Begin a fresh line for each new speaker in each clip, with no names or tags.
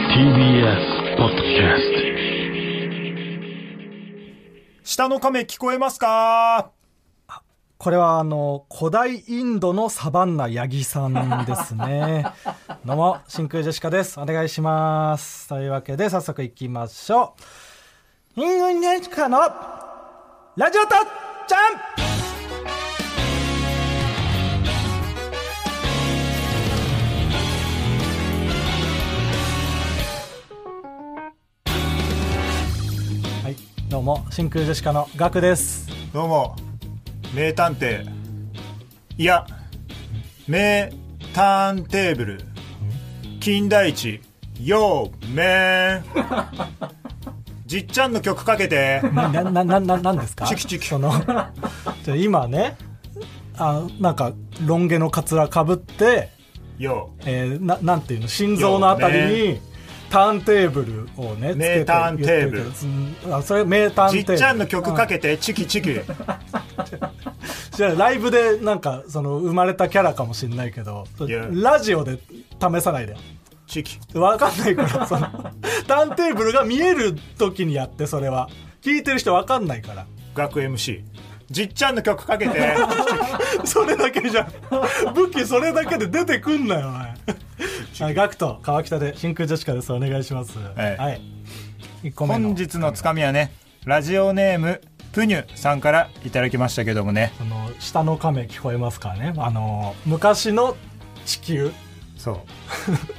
TBS ポッドキャスト
下の亀聞こえますか
これはあの古代インドのサバンナ八木さんです ねどうも真空ジェシカですお願いしますというわけで早速いきましょう真空ジェシカのラジオとちゃんはいどうも真空ジェシカのガクです
どうも名探偵いや名ターンテーブル金田一よーめー じっちゃんの曲かけて
なななななんですか
チキチキ
そのじゃあ今ねあなんかロン毛のカツラかぶって、
よ
えーななんていうの心臓のあたりに、ターンテーブルをねつけ
名
て
ターンテーブル
言ってるけどうんあそれ名ターン
ー
テ
じ
ー
っ
ブル
ちゃんの曲かけてチキチキ
うんじゃあライブでなんかその生まれたキャラかもしれないけどそれ
いや
ラジオで試さないでよ
チキ
わかんないから そのターンテーブルが見える時にやってそれは聞いてる人わかんないから
学 MC じっちゃんの曲かけて
それだけじゃん武器それだけで出てくんなよ お前ガクト川北で真空ジェシカですお願いします
ええ
はい1個目の
本日のつかみはねラジオネームプニュさんからいただきましたけどもね
あの下の亀聞こえますからねあの昔の地球
そ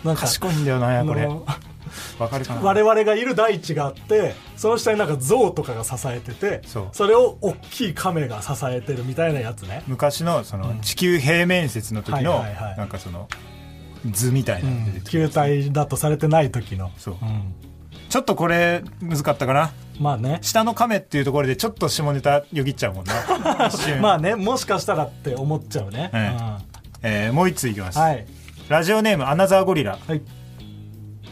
う
なんか
賢いんだよなこれ
あの
わかるかな
我々がいる大地があってその下になんか象とかが支えてて
そう
れを大きい亀が支えてるみたいなやつね
昔のその地球平面説の時の
はいはいはい
なんかその図みたいなのが出てきて
球体だとされてない時の
そうんちょっとこれ難かったかな
まあね
下の亀っていうところでちょっと下ネタよぎっちゃうもん な一瞬
まあねもしかしたらって思っちゃうね、
ええーもう一ついきます、
うんはい
ラジオネームアナザーゴリラ
はい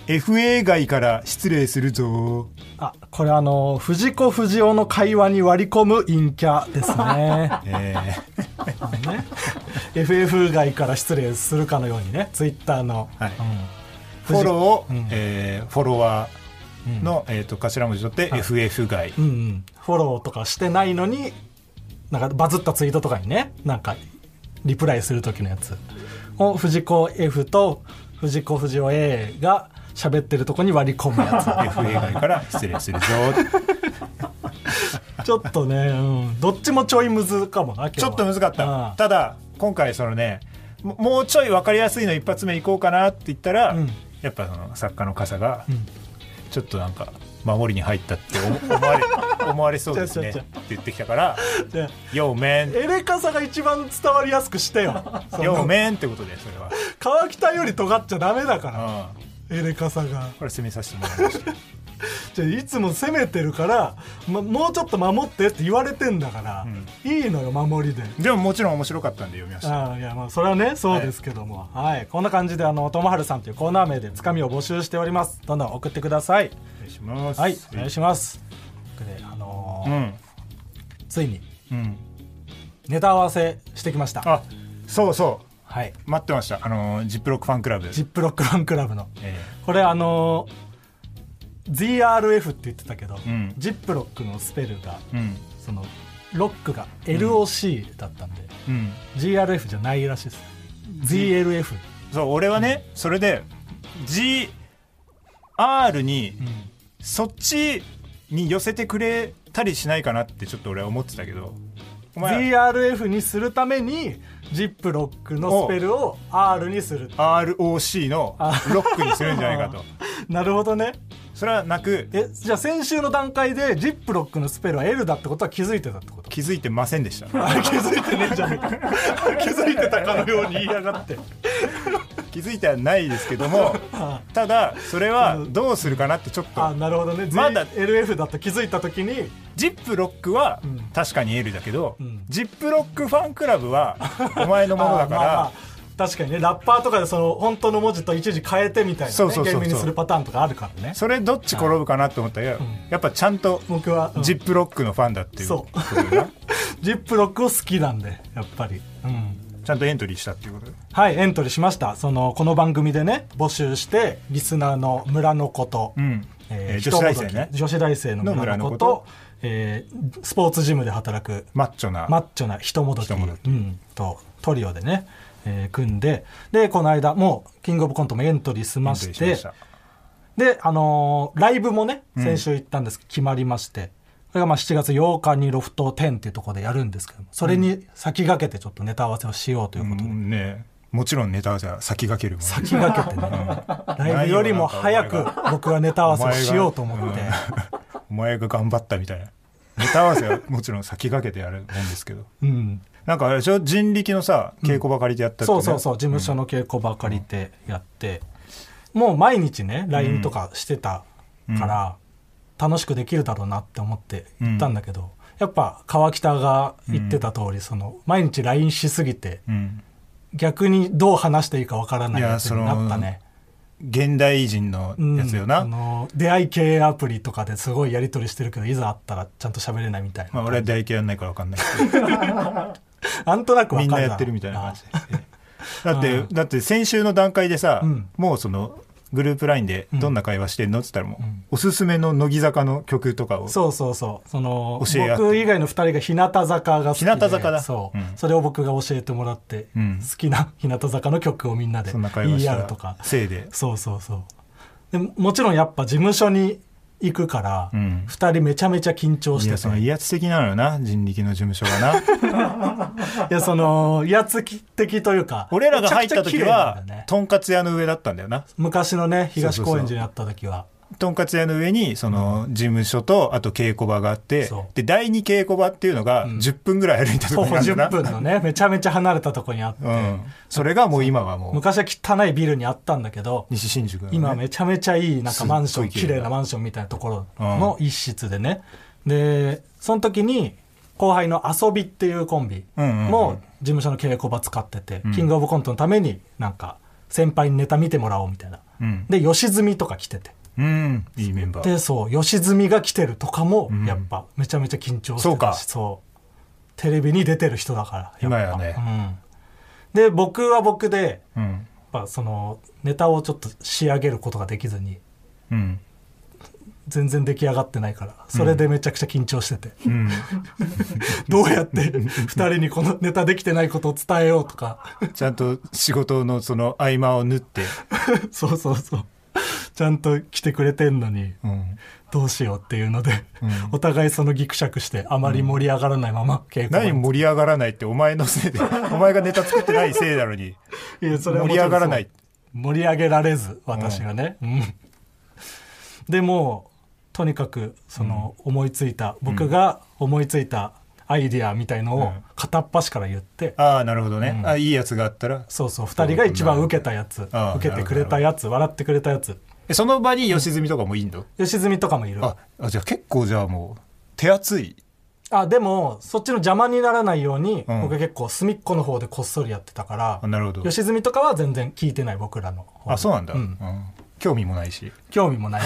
FA 外から失礼するぞ
あこれあの藤子不二雄の会話に割り込む陰キャですね
えー
あのね FF 外から失礼するかのようにねツイッターの、
はいフ
藤
ォローを、
うん
えーフォロワーの、えー、と頭文字取って FF 外、
うん、うんうんフォローとかしてないのになんかバズったツイートとかにねなんかリプライする時のやつを藤子 F と藤子不二雄 A が喋ってるとこに割り込むやつ
FA 外から失礼するぞ
ちょっとね、うん、どっちもちょいむずかもな今日
ちょ
は
っと難かった
うん
ただ今回そのねももうちょい分かりやすいの一発目いこうかなって言ったら、
うん
やっぱその作家の傘が、
ん
ちょっとなんか守りに入ったって思思われ 思われそうですねっ
ちょ
て
ち
言ってきたから
で
「ようめん」
エレカサが一番伝わりやすくして よそ
「
の
ようめん」ってことでそれは、
川北より尖っちゃダメだか
うん、
らエレカサが
これ攻めさせてもらいました
じゃあいつも攻めてるから、ま、もうちょっと守ってって言われてんだから、いいのよ守りで。
でももちろん面白かったんで読みました
ああいやまあそれはねそうですけどもはい、こんな感じであのともはるさんというコーナー名でつかみを募集しておりますどんどん送ってください
お願いします
はいお願いしますというわけであの
う
ー
ん
ついに
うん
ネタ合わせしてきました
あそうそ
はい、
う待ってましたあのジップロックファンクラブ
ジップロックファンクラブの
え
これあのー ZRF って言ってたけど、
うん
ジップロックのスペルが
えうん
そのロックが LOC だったんで、
うん
GRF じゃないらしいです ZLF、
そう俺はねそれで GR にそっちに寄せてくれたりしないかなってちょっと俺は思ってたけどお前
ZRF にするためにジップロックのスペルを R にする
ROC のロックにするんじゃないかと
なるほどね
それはなく
えじゃあ先週の段階でジップロックのスペルは L だってことは気づいてたってこと
気づいてませんでした
気づいてねえじゃねえか気づいてたかのように言いやがって
気づいてはないですけど もただそれはどうするかなってちょっ
あ
と
なるほどね、
まだ
LF だと気づいた時に
ジップロックは確かに L だけど、
ん
ジップロックファンクラブはお前のものだか
あまあま
ら
あ確かにねラッパーとかでその本当の文字と一時変えてみたいな、ね、
そうそうそうそう
ゲームにするパターンとかあるからね
それどっち転ぶかなと思ったけどやっぱちゃんと
僕は、うん
ジップロックのファンだっていう
そう
ことだな
ジップロックを好きなんでやっぱり、うん、
ちゃんとエントリーしたっていうことで
はいエントリーしましたそのこの番組でね募集してリスナーの村のこと、
うんえー
ひと
女
もど
子大
き
生ね
女子大生の村のこと
の村のこと
えースポーツジムで働く
マッチョな、
マッチョな人もどき
人もどき
うん、とトリオでね、えー組んででこの間もうキングオブコントもエントリーしま
エント
し
リー
てで、あのーライブもね先週行ったんですけど、決まりましてこれがまあ7月8日にロフト10っていうところでやるんですけどもそれに先駆けてちょっとネタ合わせをしようという
う
ことで、
んねもちろんネタじゃ先駆けるもんね
先駆けて ねライブよりも早く僕はネタ合わせをしようと思って。
お前が頑張ったみたいなネタ合わせはもちろん先駆けてやるもんですけど
うん、
なんかあれでしょ人力のさ稽古ばかりでやったって、
そう
ね
そうそう事務所の稽古ばかりでやって、もう毎日ね LINE とかしてたから、楽しくできるだろうなって思って行ったんだけど、やっぱ川北が言ってた通り、その毎日 LINE しすぎて
うん
逆にどう話していいかわからない
いや
やつになったね。
現代人の
うん
やつよな、
あの出会い系アプリとかですごいやり取りしてるけどいざ会ったらちゃんと喋れないみたいな、
まあ、俺は唾液やんないから分かんないけ
なんとなく
ど
わかる
みん
だ
な
ろう
やってるみたいな感じ
あ
でだって、
うん
だって先週の段階でさ、
うん
もうそのグループラインでどんな会話してんのっつったらもう、
うん
おすすめの乃木坂の曲とかを
そうそうそうその
教え合って
僕以外の2人が日向坂が好きで
日向坂だ
そう、
うん
それを僕が教えてもらって、
うん
好きな日向坂の曲をみんなで
そんな会話
言
し
い合う
た
とか
せいで、
そうそうそうでもちろんやっぱ事務所に行くから、
う
二
ん
2人めちゃめちゃ緊張し
い
て
や
て
その威圧的なのよな人力の事務所が な
いやその威圧的というか
俺らが入った
めちゃくちゃ綺
時
麗な
は
んだよね
とんかつ屋の上だったんだよな
昔のね東高円寺にあった時は
とんかつ屋の上にその事務所とあと稽古場があって
そう
で第二稽古場っていうのが
うん
10分ぐらい歩いたと
徒
こ
歩
にあるん
10
だ
分
な
のねめちゃめちゃ離れたとこにあって、
うん、それがもう今はもう
昔は汚いビルにあったんだけど
西新宿のね
今めちゃめちゃいいなんかマンション
すっごい綺
綺
麗
麗なマンションみたいなところの一室でね、でその時に後輩の遊びっていうコンビ
うんうんうん
も事務所の稽古場使ってて、
うん
キングオブコントのためになんか先輩にネタ見てもらおうみたいな
うん、
で吉住とか来てて
うん、いいメンバー
でそう吉住が来てるとかも
うん
やっぱめちゃめちゃ緊張してたし、
そうか
そうテレビに出てる人だからっぱ
今やね
うん、で僕は僕で
うん
やっぱそのネタをちょっと仕上げることができずに
うん
全然出来上がってないからそれでめちゃくちゃ緊張して て、
うん
どうやって2人にこのネタできてないことを伝えようとか
ちゃんと仕事のその合間を縫って、
そうそうそうちゃんと来てくれてんのに
うん、
どうしようっていうので、
ん
お互いそのギクシャクしてあまり盛り上がらないまま稽古場に
何盛り上がらないってお前のせ いでお前がネタ作ってないせいなのに
いやそれはも
盛り
ちろ
上
ん
がらない
そう盛り上げられず私がね、うんでもとにかくその思いついた、僕が思いついたアイディアみたいの
う
を
ん
片っ端から言って、
ああなるほどね、
うん
あいいやつがあったら
そうそう2人が一番受けたやつ
ああ
受けてくれたやつ笑ってくれたやつ
えその場に良純とかもいいの、
吉住とかもいる
ああじゃあ結構じゃあもう手厚い
あでもそっちの邪魔にならないように、
うん
僕は結構隅っこの方でこっそりやってたから
あなるほど
吉住とかは全然聞いてない僕らの方
あそうなんだ、
う
うんん興味もないし
興味も ない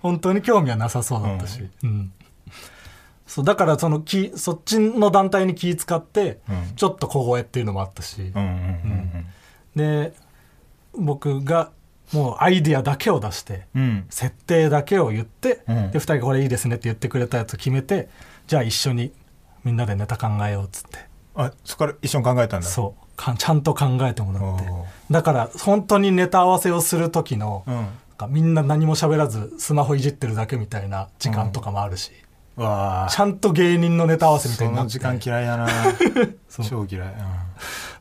本当に興味はなさそうだったし、うんそうだからその気そっちの団体に気使って、
うん
ちょっと小声っていうのもあったし、
うんうんうん
で僕がもうアイディアだけを出して、
うんうん
設定だけを言って、
うん
で2人が「これいいですね」って言ってくれたやつ決めてじゃあ一緒にみんなでネタ考えようっつって
あそこから一緒に考えたんだ
そうかちゃんと考えてもらって
おー
だから本当にネタ合わせをする時の、
うん
なんかみんな何も喋らずスマホいじってるだけみたいな時間とかもあるし、
わあ
ちゃんと芸人のネタ合わせみたい
そ
になっ
の
て
時間嫌いだな
そう
超嫌い、う、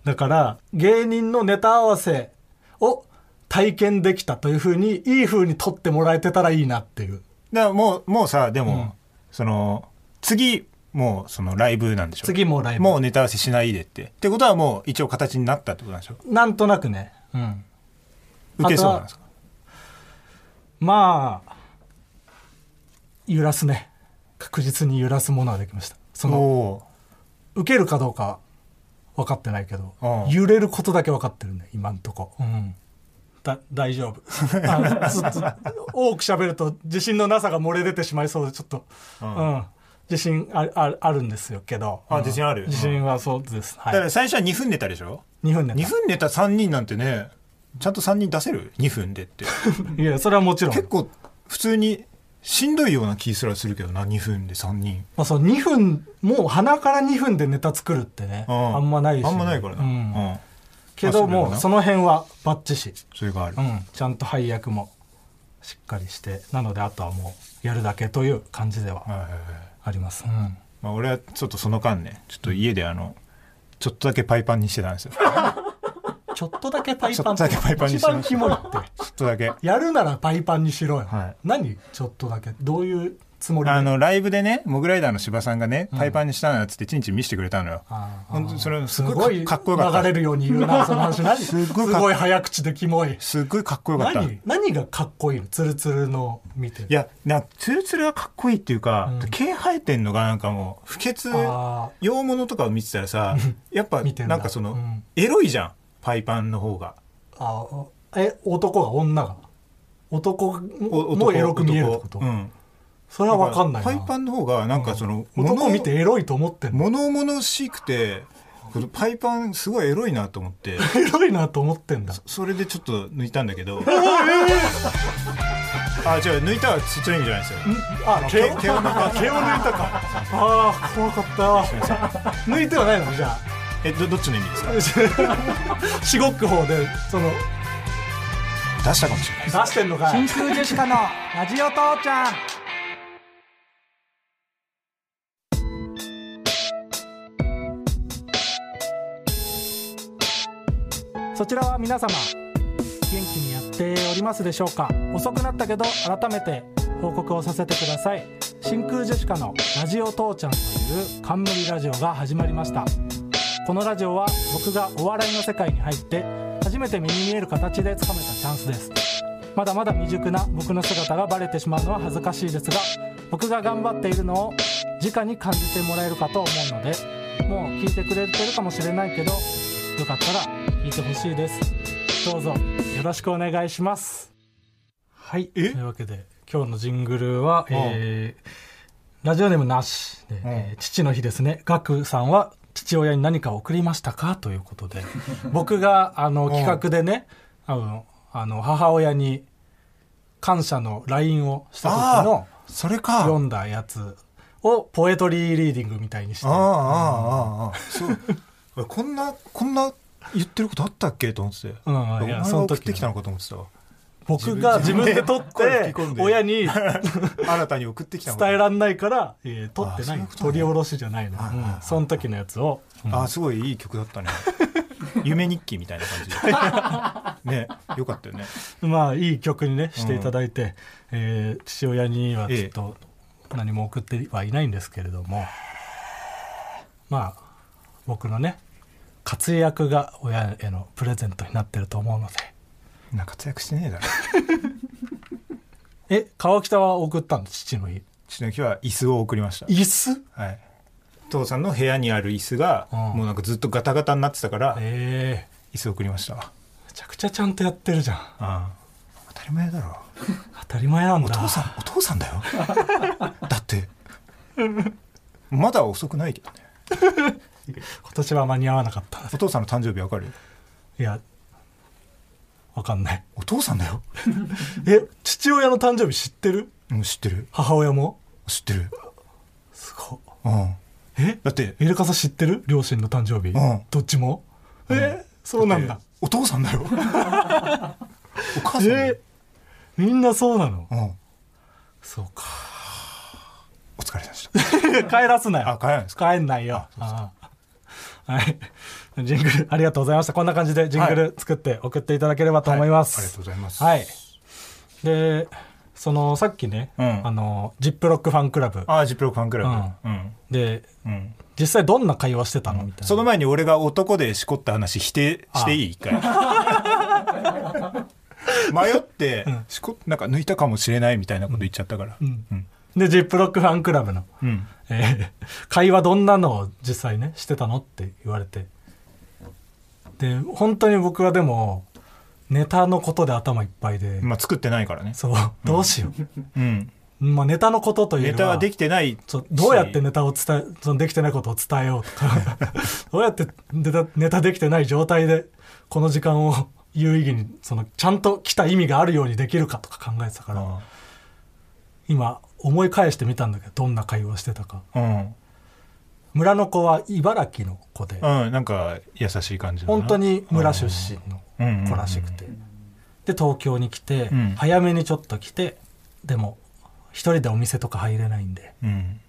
だから芸人のネタ合わせを体験できたというふうにいいふうに撮ってもらえてたらいいなっていうん
だからもうもうさでも、
うん
その次もうそのライブなんでしょ
次もライブ
もうネタ合わせしないでってってことはもう一応形になったってことなんでしょ
なんとなくね、うん、
受けそうなんですか
まあ揺らすね確実に揺らすものはできましたそ
お
の
お
受けるかどうか分かってないけど
ああ
揺れることだけ分かってるね今んとこ、うん、だ大丈夫 あのずっと多く喋ると自信のなさが漏れ出てしまいそうでちょっと、う
うんん
自信あああるんですよけど
あ
うん
自信ある
自信はそうです、は
だか
い
ら、最初は2分ネタでしょ
2分で
2分ネタ3人なんてねちゃんと3人出せる2分でって
いや それはもちろん
結構普通にしんどいような気すらするけどな2分で3人
まあ、そう2分もう鼻から2分でネタ作るってね、
う
あんまないし、
あんまないからな、
う
うんん
けども
ま
う
あ
そ
そ
の辺はバッチシ、
それがある、
うん、ちゃんと配役もしっかりしてなのであとはもうやるだけという感じでは
はいはいはい
あります、うん
まあ、俺はちょっとその間ねちょっと家であのちょっとだけパイパンにしてたんですよ ち
ちょっとだけパイ
ちょっ
パン
とだけパイパンに
一
しま
番
した
キモいって
ょっとだけ
やるならパイパンにしろよ、
はい
何ちょっとだけどういうつもりで
あのライブでねモグライダーの芝さんがねパイパンにしたのよっつってチンチン見せてくれたのよ、
あー
本当にそれ
す
す
ご
ご
い
いかかっこよかった
流れるように言うなその話何
すごいかっ
すごい早口でキモい
すっごいかっこよかった
何何がかっこいいのツルツルの見て
いや、なんか、ツルツルがかっこいいっていうか、
うん
毛生えてんのがなんかもう、不潔、
あ
洋物とかを見てた らさ、やっぱ、
見てんだ
なんかその、
うん
エロいじゃん、パイパンの方が。
ーあーえ男が女が男
お
もエロく見えるってこと、
うん。
それは分かんないな
だらパイパンの方が、なんかその、
男を見てエロいと思ってんの
物々、物々しくて、このパイパンすごいエロいなと思って、
エロいなと思ってんだ
それでちょっと抜いたんだけど。あ、違う、抜いたはちっちゃいんじゃないですよ。
あ毛を
毛毛を抜いた
毛を抜いたかああ怖かった 抜いてはないのじゃあ
え、ど、どっちの意味ですか
しごく方でその
出したかもしれないで
出
す。
してんのかい
空ジェシカのラジオ父ちゃん
そちらは皆様元気にやっておりますでしょうか遅くなったけど改めて報告をさせてください真空ジェシカの「ラジオ父ちゃん」という冠ラジオが始まりましたこのラジオは僕がお笑いの世界に入って初めて目に見える形でつかめたチャンスですまだまだ未熟な僕の姿がバレてしまうのは恥ずかしいですが僕が頑張っているのを直に感じてもらえるかと思うのでもう聞いてくれてるかもしれないけどよかったら聞いてほしいですどうぞよろしくお願いしますはいと
え
いうわけで今日のジングルは、
ん
えーラジオネームなしで、
ん
えー父の日ですねガクさんは父親に何か贈りましたかということ で僕があの企画でね、あのあの母親に感謝の LINE をした時の
それか。
読んだやつをポエトリーリーディングみたいにして
ああああああああそう俺こんなこんな言ってることあったっけと思ってて、
うんうんいや
お
そ
前が
の
送
時
ってきたのかと思ってたわ
僕が自
自
分
分
で
で
撮っ
声
て
吹き込んで
親 に
新たに送ってきたのか
伝えらんないから、えー撮ってないう
あそういことね
撮り下ろしじゃないの、
はいはいはい
うんその時のやつを、うん
ああすごいいい曲だ ったね夢日記みたいな感じでねよかったよね
まあいい曲にねしていただいて、えー父親にはちょっと何も送ってはいないんですけれども、まあ僕のね活躍が親へのプレゼントになってると思うので
なんか活躍してねえだろ
え川北は送ったの父の日
父の日は椅子を送りました、
椅子
はい、父さんの部屋にある椅子が、
うん
もうなんかずっとガタガタになってたから、
ええ
椅子を送りましたわ
めちゃくちゃちゃんとやってるじゃん
ああ当たり前だろ
当たり前なんだ
お父さんお父さんだよだってまだ遅くないけどね
今年は間に合わなかったな
お父さんの誕生日わかる
いやわかんない
お父さんだよ
え父親の誕生日知ってる
うん知ってる
母親も
知ってる
すごっ
うん
え
だって
エルカサ知ってる両親の誕生日、
うん
どっちも、えーそうなんだ
お父さん だよお母
え
さんだよ
ー、みんなそうなの
うん
そうか
お疲れ様でした
帰らすなよ
あ帰らないですか
帰んないよああはいジングルありがとうございましたこんな感じでジングル作って送っていただければと思います、
はいありがとうございます
はいでそのさっきね、
うん
あのジップロックファンクラブ
ああジップロックファンクラブうん
で
うん
実際どんな会話してたのみたいな
その前に俺が男でしこった話否定していい 一回迷ってしこなんか抜いたかもしれないみたいなこと言っちゃったからうん
でジップロックファンクラブの、
うん
えー会話どんなのを実際ねしてたのって言われてで本当に僕はでもネタのことで頭いっぱいで、
まあ作ってないからね
そうどうしよう、
うん
まあ、ネタのことというより
ネ
は
タはできてない
そうどうやってネタを伝えそのできてないことを伝えようとか どうやってネタネタできてない状態でこの時間を有意義にそのちゃんと来た意味があるようにできるかとか考えてたから、今思い返してみたんだけどどんな会話してたか
うん、
村の子は茨城の子で、
うん、なんか優しい感じだな
本当に村出身の子らしくて、で東京に来て、
うん
早めにちょっと来てでも一人でお店とか入れないんで
うん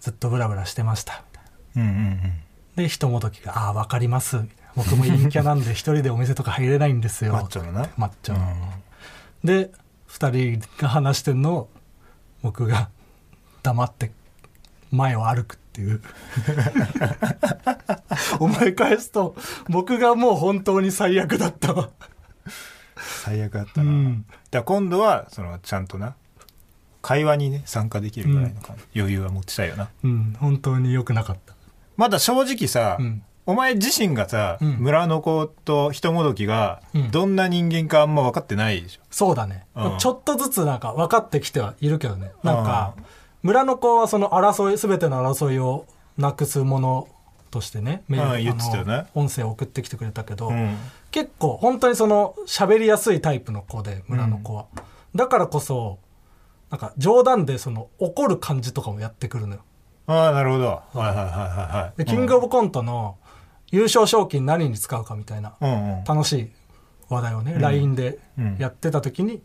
ずっとブラブラしてましたみたいな
うんうん
でひともどきが「ああ分かります」みたいな僕も陰キャなんで一人でお店とか入れないんです
うん
よ
マッチョだな
マッチョ
うん
なで2人が話してんのを僕が黙って前を歩くって いう思い返すと僕がもう本当に最悪だったわ
最悪だった
う
な、
ん
だから今度はそのちゃんとな会話にね参加できるぐらいの感じ、余裕は持ちたいよな
うん本当に良くなかった
まだ正直さ、
うん
お前自身がさ、
うん
村の子と人もどきが
うん
どんな人間かあんま分かってないでしょ、
そうだね、
うん
ちょっとずつなんか分かってきてはいるけどねなんか
う
村の子はその争い全ての争いをなくすものとしてねメール
うん言ってたよね
あの音声を送ってきてくれたけど、
うん
結構本当にその喋りやすいタイプの子で村の子は、だからこそなんか冗談でその怒る感じとかもやってくるのよ
ああなるほどはいはいはいはいはい
でキングオブコントの優勝賞金何に使うかみたいな
うんうん
楽しい話題をね、LINE で
うん
やってた時に、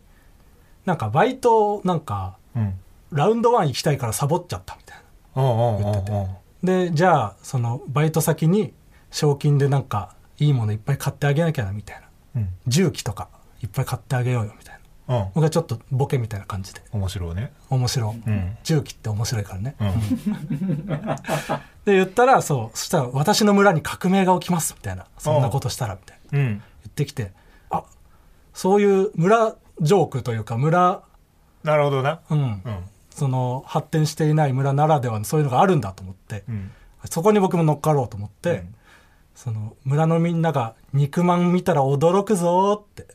なんかバイトなんか
うん
ラウンドワン行きたいからサボっちゃったみたいな
うんうんうんうん
言ってでじゃあそのバイト先に賞金でなんかいいものいっぱい買ってあげなきゃなみたいな
うん
重機とかいっぱい買ってあげようよみたいな
うん
僕はちょっとボケみたいな感じで
面白いね
面白、
うん
重機って面白いからね、
うん
で言ったらそうそしたら私の村に革命が起きますみたいなそんなことしたらみたいな
うん
言ってきてあそういう村ジョークというか村
なるほどな
うん、
うん
その発展していない村ならではのそういうのがあるんだと思って、
うん
そこに僕も乗っかろうと思って、
うん
その村のみんなが肉まん見たら驚くぞーって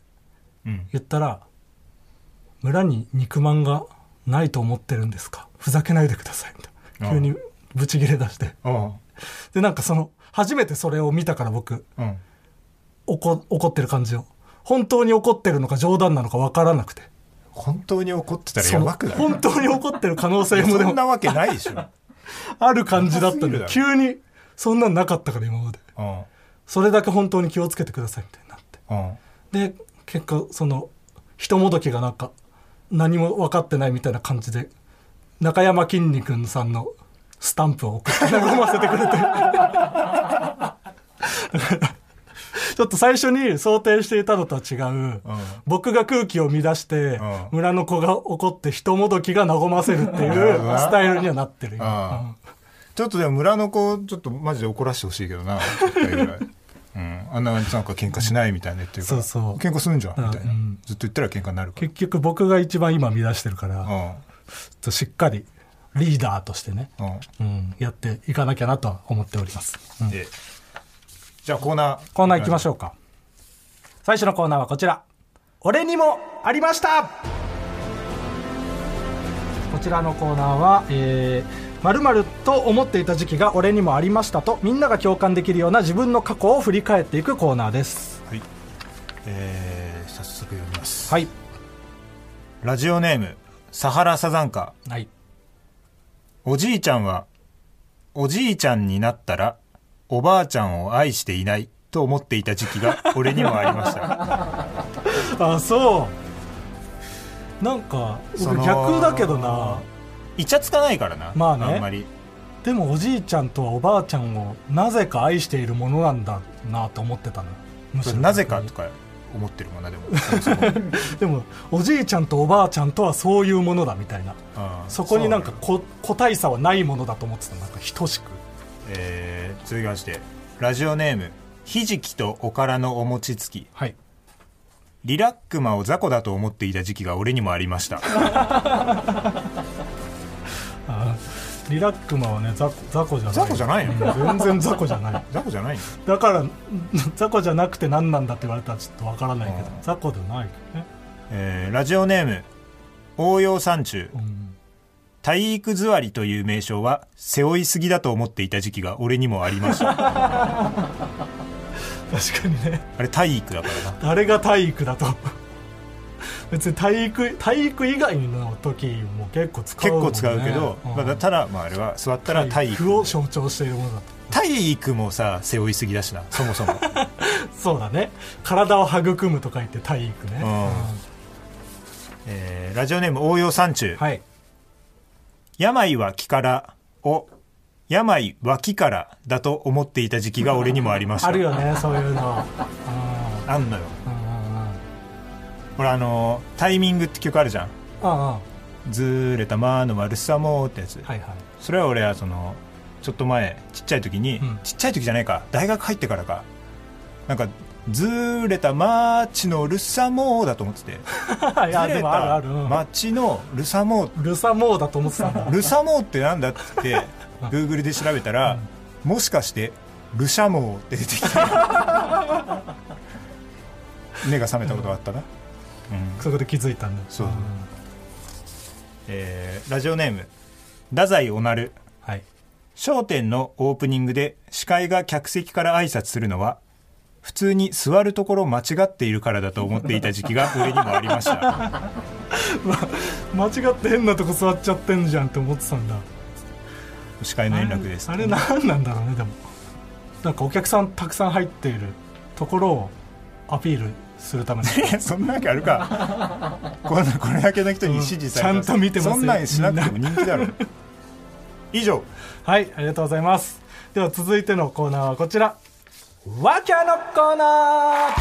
うん
言ったら村に肉まんがないと思ってるんですかふざけないでくださいみたいな急にブチギレ出して
うん
でなんかその初めてそれを見たから僕
うん
怒怒ってる感じを本当に怒ってるのか冗談なのか分からなくて
本当に怒ってたら
そ
や
の
ばくない
本当に怒ってる可能性もで
そん
も
なわけないでしょ
ある感じだったんで
怖すぎ
急にそんなんなかったから今まで
うん
それだけ本当に気をつけてくださいみたいになって
うん
で結果その人もどきがなんか何も分かってないみたいな感じで中山きんに君さんのスタンプを送って読ませてくれてだから ちょっと最初に想定していたのとは違う、僕が空気を乱して、
うん
村の子が怒って人もどきが和ませるっていうスタイルにはなってる今、
ああちょっとでも村の子ちょっとマジで怒らせてほしいけどな10回ぐらいうん、あんななんか喧嘩しないみたいな言ってるから
そうそう
喧嘩するんじゃんみたいな、
うん
ずっと言ったら喧嘩になるから
結局僕が一番今乱してるから、ちょ
う
っとしっかりリーダーとしてね、
んうん
うん、やっていかなきゃなとは思っております、うん
でじゃあコーナー
コーナー行きましょうか最初のコーナーはこちら俺にもありましたこちらのコーナーは、えー、〇〇と思っていた時期が俺にもありましたとみんなが共感できるような自分の過去を振り返っていくコーナーです
はいえー、早速読みます、
はい
ラジオネームサハラサザンカ
はい
おじいちゃんはおじいちゃんになったらおばあちゃんを愛していないと思っていた時期が俺にもありました
あそうなんか
そ
僕
の
逆だけどな
イチャつかないからな、
まあね
んまり
でもおじいちゃんとはおばあちゃんをなぜか愛しているものなんだなと思ってたのむ
そ
し
れ
ろ
なぜかとか思ってるもんなでも
でもおじいちゃんとおばあちゃんとはそういうものだみたいな
ああ
そこになんか
そう
こ個体差はないものだと思ってたなんか等しく
えー続きましてラジオネームひじきとおからのお餅つき
はい
リラックマを雑魚だと思っていた時期が俺にもありました
あーリラックマはね雑 魚雑魚じゃない
雑魚じゃない
全
の
然雑魚じゃない
雑魚じゃない
だから 雑魚じゃなくて何なんだって言われたらちょっとわからないけど
うん
雑魚ではないけどね、
えーラジオネーム応用山中
うん
体育座りという名称は背負いすぎだと思っていた時期が俺にもありました
確かにね
あれ体育だからな
誰が体育だと 別に体育体育以外の時も結構使う
結
もん、ね、
構使うけど、
うん
まあ、ただ、まあ、あれは座ったら体
体
育
育を象徴しているものだと
体育もさ背負いすぎだしなそも そも
そうだね体を育むとか言って体育ね、
うんえーラジオネーム応用山中、
はい
病は気からを病は気からだと思っていた時期が俺にもありました
あるよねそういうの
あんのよ
うんうんうん
ほらあのータイミングって曲あるじゃん
うんうんは
ずれたまの悪さもってやつ、
いはい
それは俺はそのちょっと前ちっちゃい時に、
うん
ちっちゃい時じゃないか大学入ってからかなんかずれた街のルサモーだと思ってて
い
ず
や
れ
でもある
た
ある、うん
街のルサモー
ルサモーだと思ってたんだ
ルサモーってなんだって言 って Google で調べたら、もしかしてルシャモーって出てきて目が覚めたことがあったな、うん
そこで気づいたんだ
そうんえーラジオネーム太宰おなる
はい
商店のオープニングで司会が客席から挨拶するのは普通に座るところ間違っているからだと思っていた時期が俺にもありました
間違って変なとこ座っちゃってんじゃんって思ってたんだ
司会の円楽です
あれ何なんだろうねでもなんかお客さんたくさん入っているところをアピールするための
えそんなわけあるか こんなこれだけの人に支持されたら、
うんちゃんと見てますよ
そんなんしなくても人気だろ以上
はいありがとうございますでは続いてのコーナーはこちらワキャのコーナーこ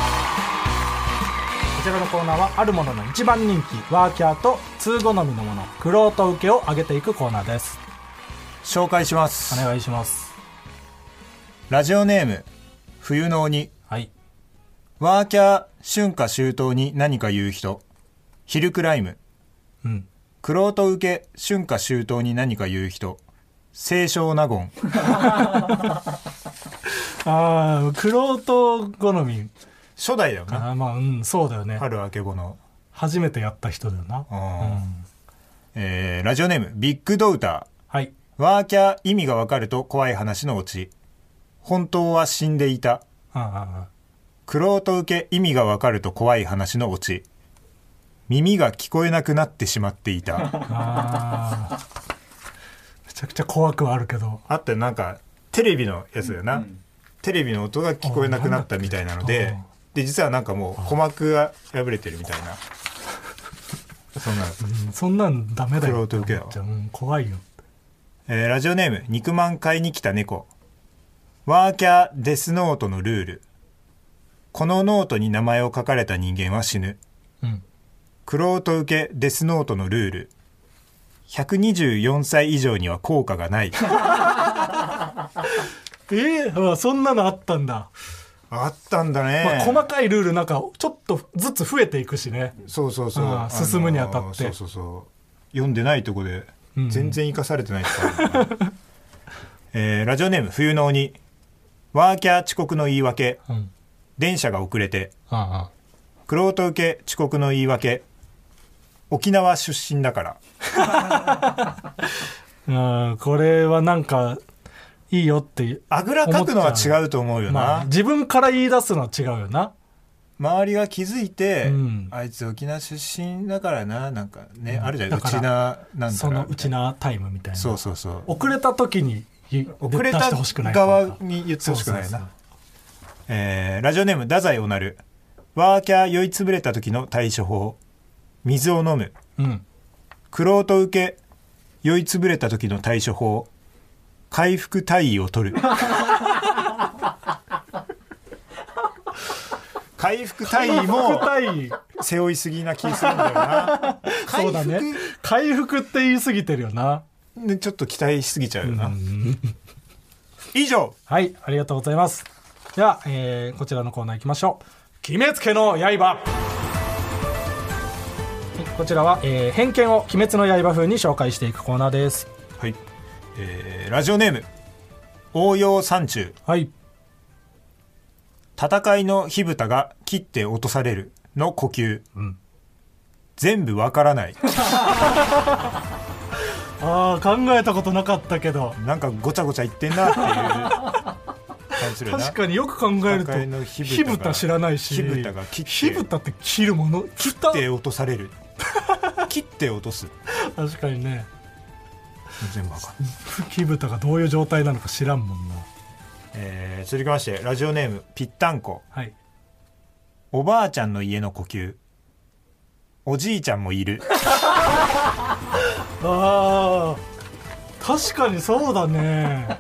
ちらのコーナーはあるものの一番人気ワーキャーと通好みのものクロート受けを上げていくコーナーです
紹介します
お願いします
ラジオネーム冬の鬼
はい
ワーキャー春夏秋冬に何か言う人ヒルクライム
うん
クロート受け春夏秋冬に何か言う人清少 納言
ああクロート好み
初代だよな
あーまあうんそうだよね
春明け後の、
初めてやった人だよな、
うんえーラジオネームビッグドウタ
はい
ーワーキャー意味がわかると怖い話のオチ本当は死んでいた
ああ
クロート受け意味がわかると怖い話のオチ耳が聞こえなくなってしまっていた
ああめちゃくちゃ怖くはあるけど
あってなんかテレビのやつだよな、テレビの音が聞こえなくなったみたいな
あ
の
なん
で
だっ
で実はなんかもう鼓膜が破れてるみたいなそんな
うんそんなんダメだよ
クロート受けだわ
じゃあうん怖いよ
えーラジオネーム肉まん買いに来た猫ワーキャーデスノートのルールこのノートに名前を書かれた人間は死ぬ
うん
クロート受けデスノートのルール124歳以上には効果がない
ええあそんなのあったんだ、
あったんだね、
まあ、細かいルールなんかちょっとずつ増えていくしね
そうそうそう、
あー進むにあたって
そうそうそう読んでないとこで
うん
全然生かされてないとこ あるなえーラジオネーム冬の鬼ワーキャー遅刻の言い訳
うん
電車が遅れて
あ
クロート受け遅刻の言い訳沖縄出身だから
あうんこれはなんかいいよっていう
あぐらかくのは違うと思うよな、
まあ、自分から言い出すのは違うよな
周りが気づいて、
うん
あいつ沖縄出身だからななんかね、あるじゃん
だ
う
か
ち
ら
ななんだら
そのうち
みたい
なタイムみたいな
なそうそうそう
遅れた時にい
遅れ
出したてほしくない
側に言ってほしくないな
そうそうそう
えーラジオネーム太宰おなるワーキャー酔いつぶれた時の対処法水を飲む
うん
クロート受け酔いつぶれた時の対処法回復体位 を取る回復体位も
回復
背負いすぎな気するんだよな
対そうだね回復って言い過ぎてるよな
ねちょっと期待しすぎちゃうよな、
ん
以上
はいありがとうございますでは、えーこちらのコーナー行きましょう「決めつけの刃」はいこちらは、えー偏見を「鬼滅の刃」風に紹介していくコーナーです
はい、えーラジオネーム応用山中
はい
戦いの火蓋が切って落とされるの呼吸、全部わからない
ああ考えたことなかったけど
なんかごちゃごちゃ言ってんなっていう感じするよな
確かによく考えると
戦いの火
火
蓋が
蓋知らないし
火蓋が切って
火蓋って切るもの切っ
切
た
って落とされる切って落とす
確かにね
全部わかんない
火蓋がどういう状態なのか知らんもんな
えー続きましてラジオネームぴったんこ
はい
おばあちゃんの家の呼吸おじいちゃんもいる
あー確かにそうだね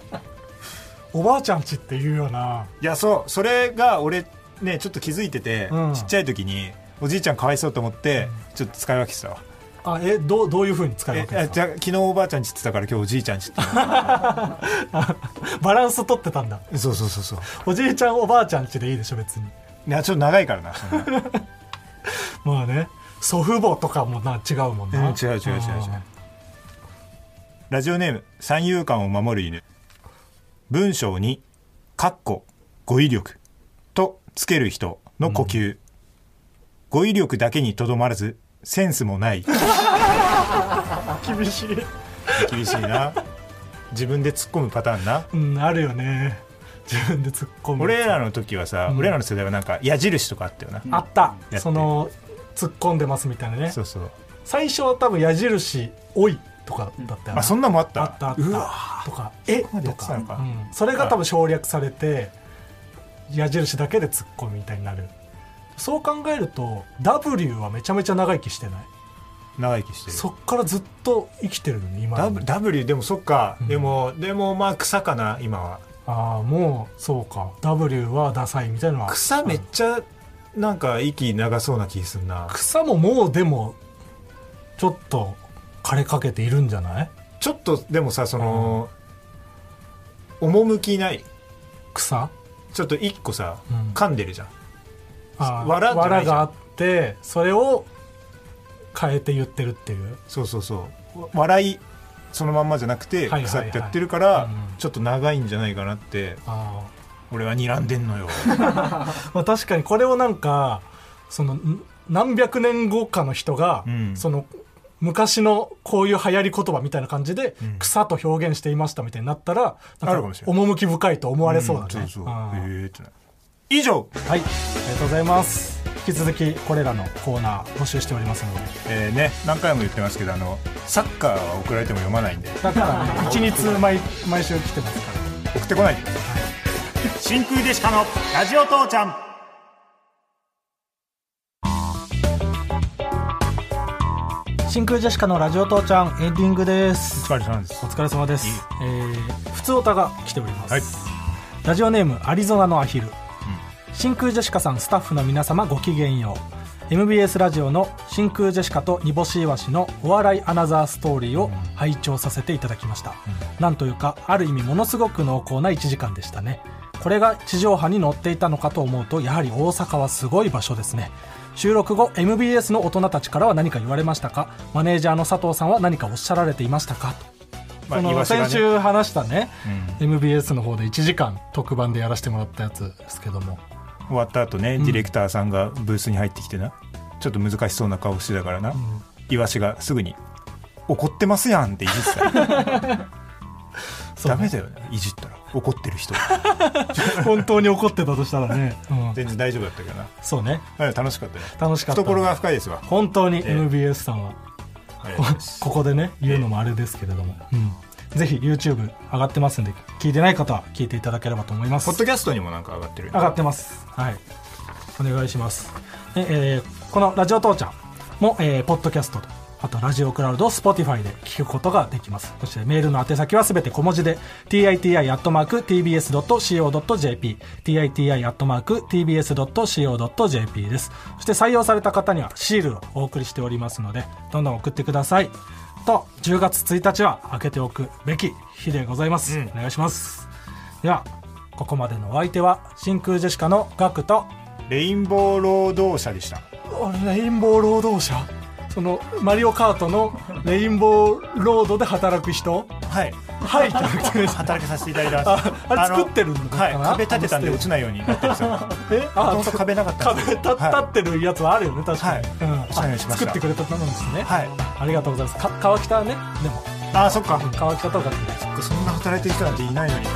おばあちゃんちって言うよない
やそうそれが俺ねちょっと気づいてて、
うん
ちっちゃい時におじいちゃんかわいそうと思って、ちょっと使い分けてたわ
あえどうどういうふうに使うわ
え
けで
あ
す
じ
か
ゃあ昨日おばあちゃんちってたから今日おじいちゃんちって
バランス取ってたんだ
そうそうそうそう
おじいちゃんおばあちゃんちでいいでしょ別に
いやちょっと長いからなそんな
まあね祖父母とかもな違うもん
うん
な、
違う違う違う違うラジオネーム三遊間を守る犬文章に「かっこ語彙力」とつける人の呼吸、語彙力だけにとどまらずセンスもない
うん 厳しい、
厳しいな自分で突っ込むパターンな
うん、あるよね自分で突っ込む
俺らの時はさ、
うん
俺らの世代はなんか矢印とかあったよな、
あった
て
その突っ込んでますみたいなね
そうそう
最初は多分矢印「おい」とかだったよ
あそんなのもあった
あったあっ
うわ
たとか「え」
こま
と
でやってた
か
のか
うんそれが多分省略されて矢印だけで突っ込むみたいになるそう考えると W はめちゃめちゃ長生きしてない
長生きしてる
そっからずっと生きてるのね今
W,
あ
W でもそっか、
ん
でもでもまあ草かな今は
あーもうそうか W はダサいみたいなのは
草めっちゃなんか息長そうな気すんな
草ももうでもちょっと枯れかけているんじゃない
ちょっとでもさその、趣ない
草
ちょっと一個さ、
うん
噛んでるじゃん
あー
わらじゃない
わら
じゃん
があってそれを変えて言ってるっていう
そうそうそうわ笑いそのまんまじゃなく
は
て
いはい
腐
はい
ってやってるから、
うん
ちょっと長いんじゃないかなって
あー
俺は睨んでんのよ
まあ、確かにこれをなんかそのん何百年後かの人が、
うん
その昔のこういう流行り言葉みたいな感じで、
うん
草と表現していましたみたいになったら
あるかもしれ
趣深いと思われそうだね、
んそうそう
うん
へえってな以上、
はいありがとうございます引き続きこれらのコーナー募集しておりますので
えーね何回も言ってますけどあのサッカーは送られても読まないんで
だから ね一日毎毎週来てますから
送ってこないで真空でしかのラジオ父ちゃん
真空ジェシカのラジオ父ちゃんエンディングです
お疲れ様です
お疲れ様です
いい、
えー、普通おたが来ております、
はい
ラジオネームアリゾナのアヒル、真空ジェシカさんスタッフの皆様ごきげんよう MBS ラジオの真空ジェシカと煮干しイワシのお笑いアナザーストーリーを拝聴させていただきました、なんというかある意味ものすごく濃厚な1時間でしたねこれが地上波に乗っていたのかと思うとやはり大阪はすごい場所ですね収録後 MBS の大人たちからは何か言われましたかマネージャーの佐藤さんは何かおっしゃられていましたかと
まあ
そ
イ
の
ワシがね
先週話したね、MBS の方で1時間特番でやらせてもらったやつですけども
終わった後ね、ディレクターさんがブースに入ってきてなちょっと難しそうな顔してたからな、イワシがすぐに「怒ってますやん」っていじってたよ
そう
ダ
ね
メだよねいじったら怒って る人
本当に怒ってたとしたらね、うん
全然大丈夫だったけどな
そうね
はい楽しかったよ
楽しかった
懐が深いですわ、
本当に
え
MBS さんは、
はい
こここでね言うのもあれですけれども、うんぜひ YouTube 上がってますんで聞いてない方は聞いていただければと思います
ポッドキャストにもなんか上がってるよね
上がってますはいお願いしますで、えーこの「ラジオ父ちゃんも」えーポッドキャストとあとラジオクラウド Spotify で聞くことができますそしてメールの宛先はすべて小文字で titi.tbs.co.jp titi.tbs.co.jp ですそして採用された方にはシールをお送りしておりますのでどんどん送ってくださいと10月1日は開けておくべき日でございます、
うん
お願いしますではここまでのお相手は真空ジェシカのガクと
レインボー労働者でした
レインボー労働者そのマリオカートのレインボーロードで働く人
はい
はいじゃなくてね
働かさせていただいてます
ああれ作ってるのかな
はい壁立てたんで落ちないようになってま すよ
え
あ本当壁なかったん
壁
です
立
よ
立ってるやつはあるよね確かに、
はいお世話になりました
作ってくれたものですね
はい
ありがとうございますか川北はねでも
あーそっか
乾き方が
そんな働いてる人なんていないのに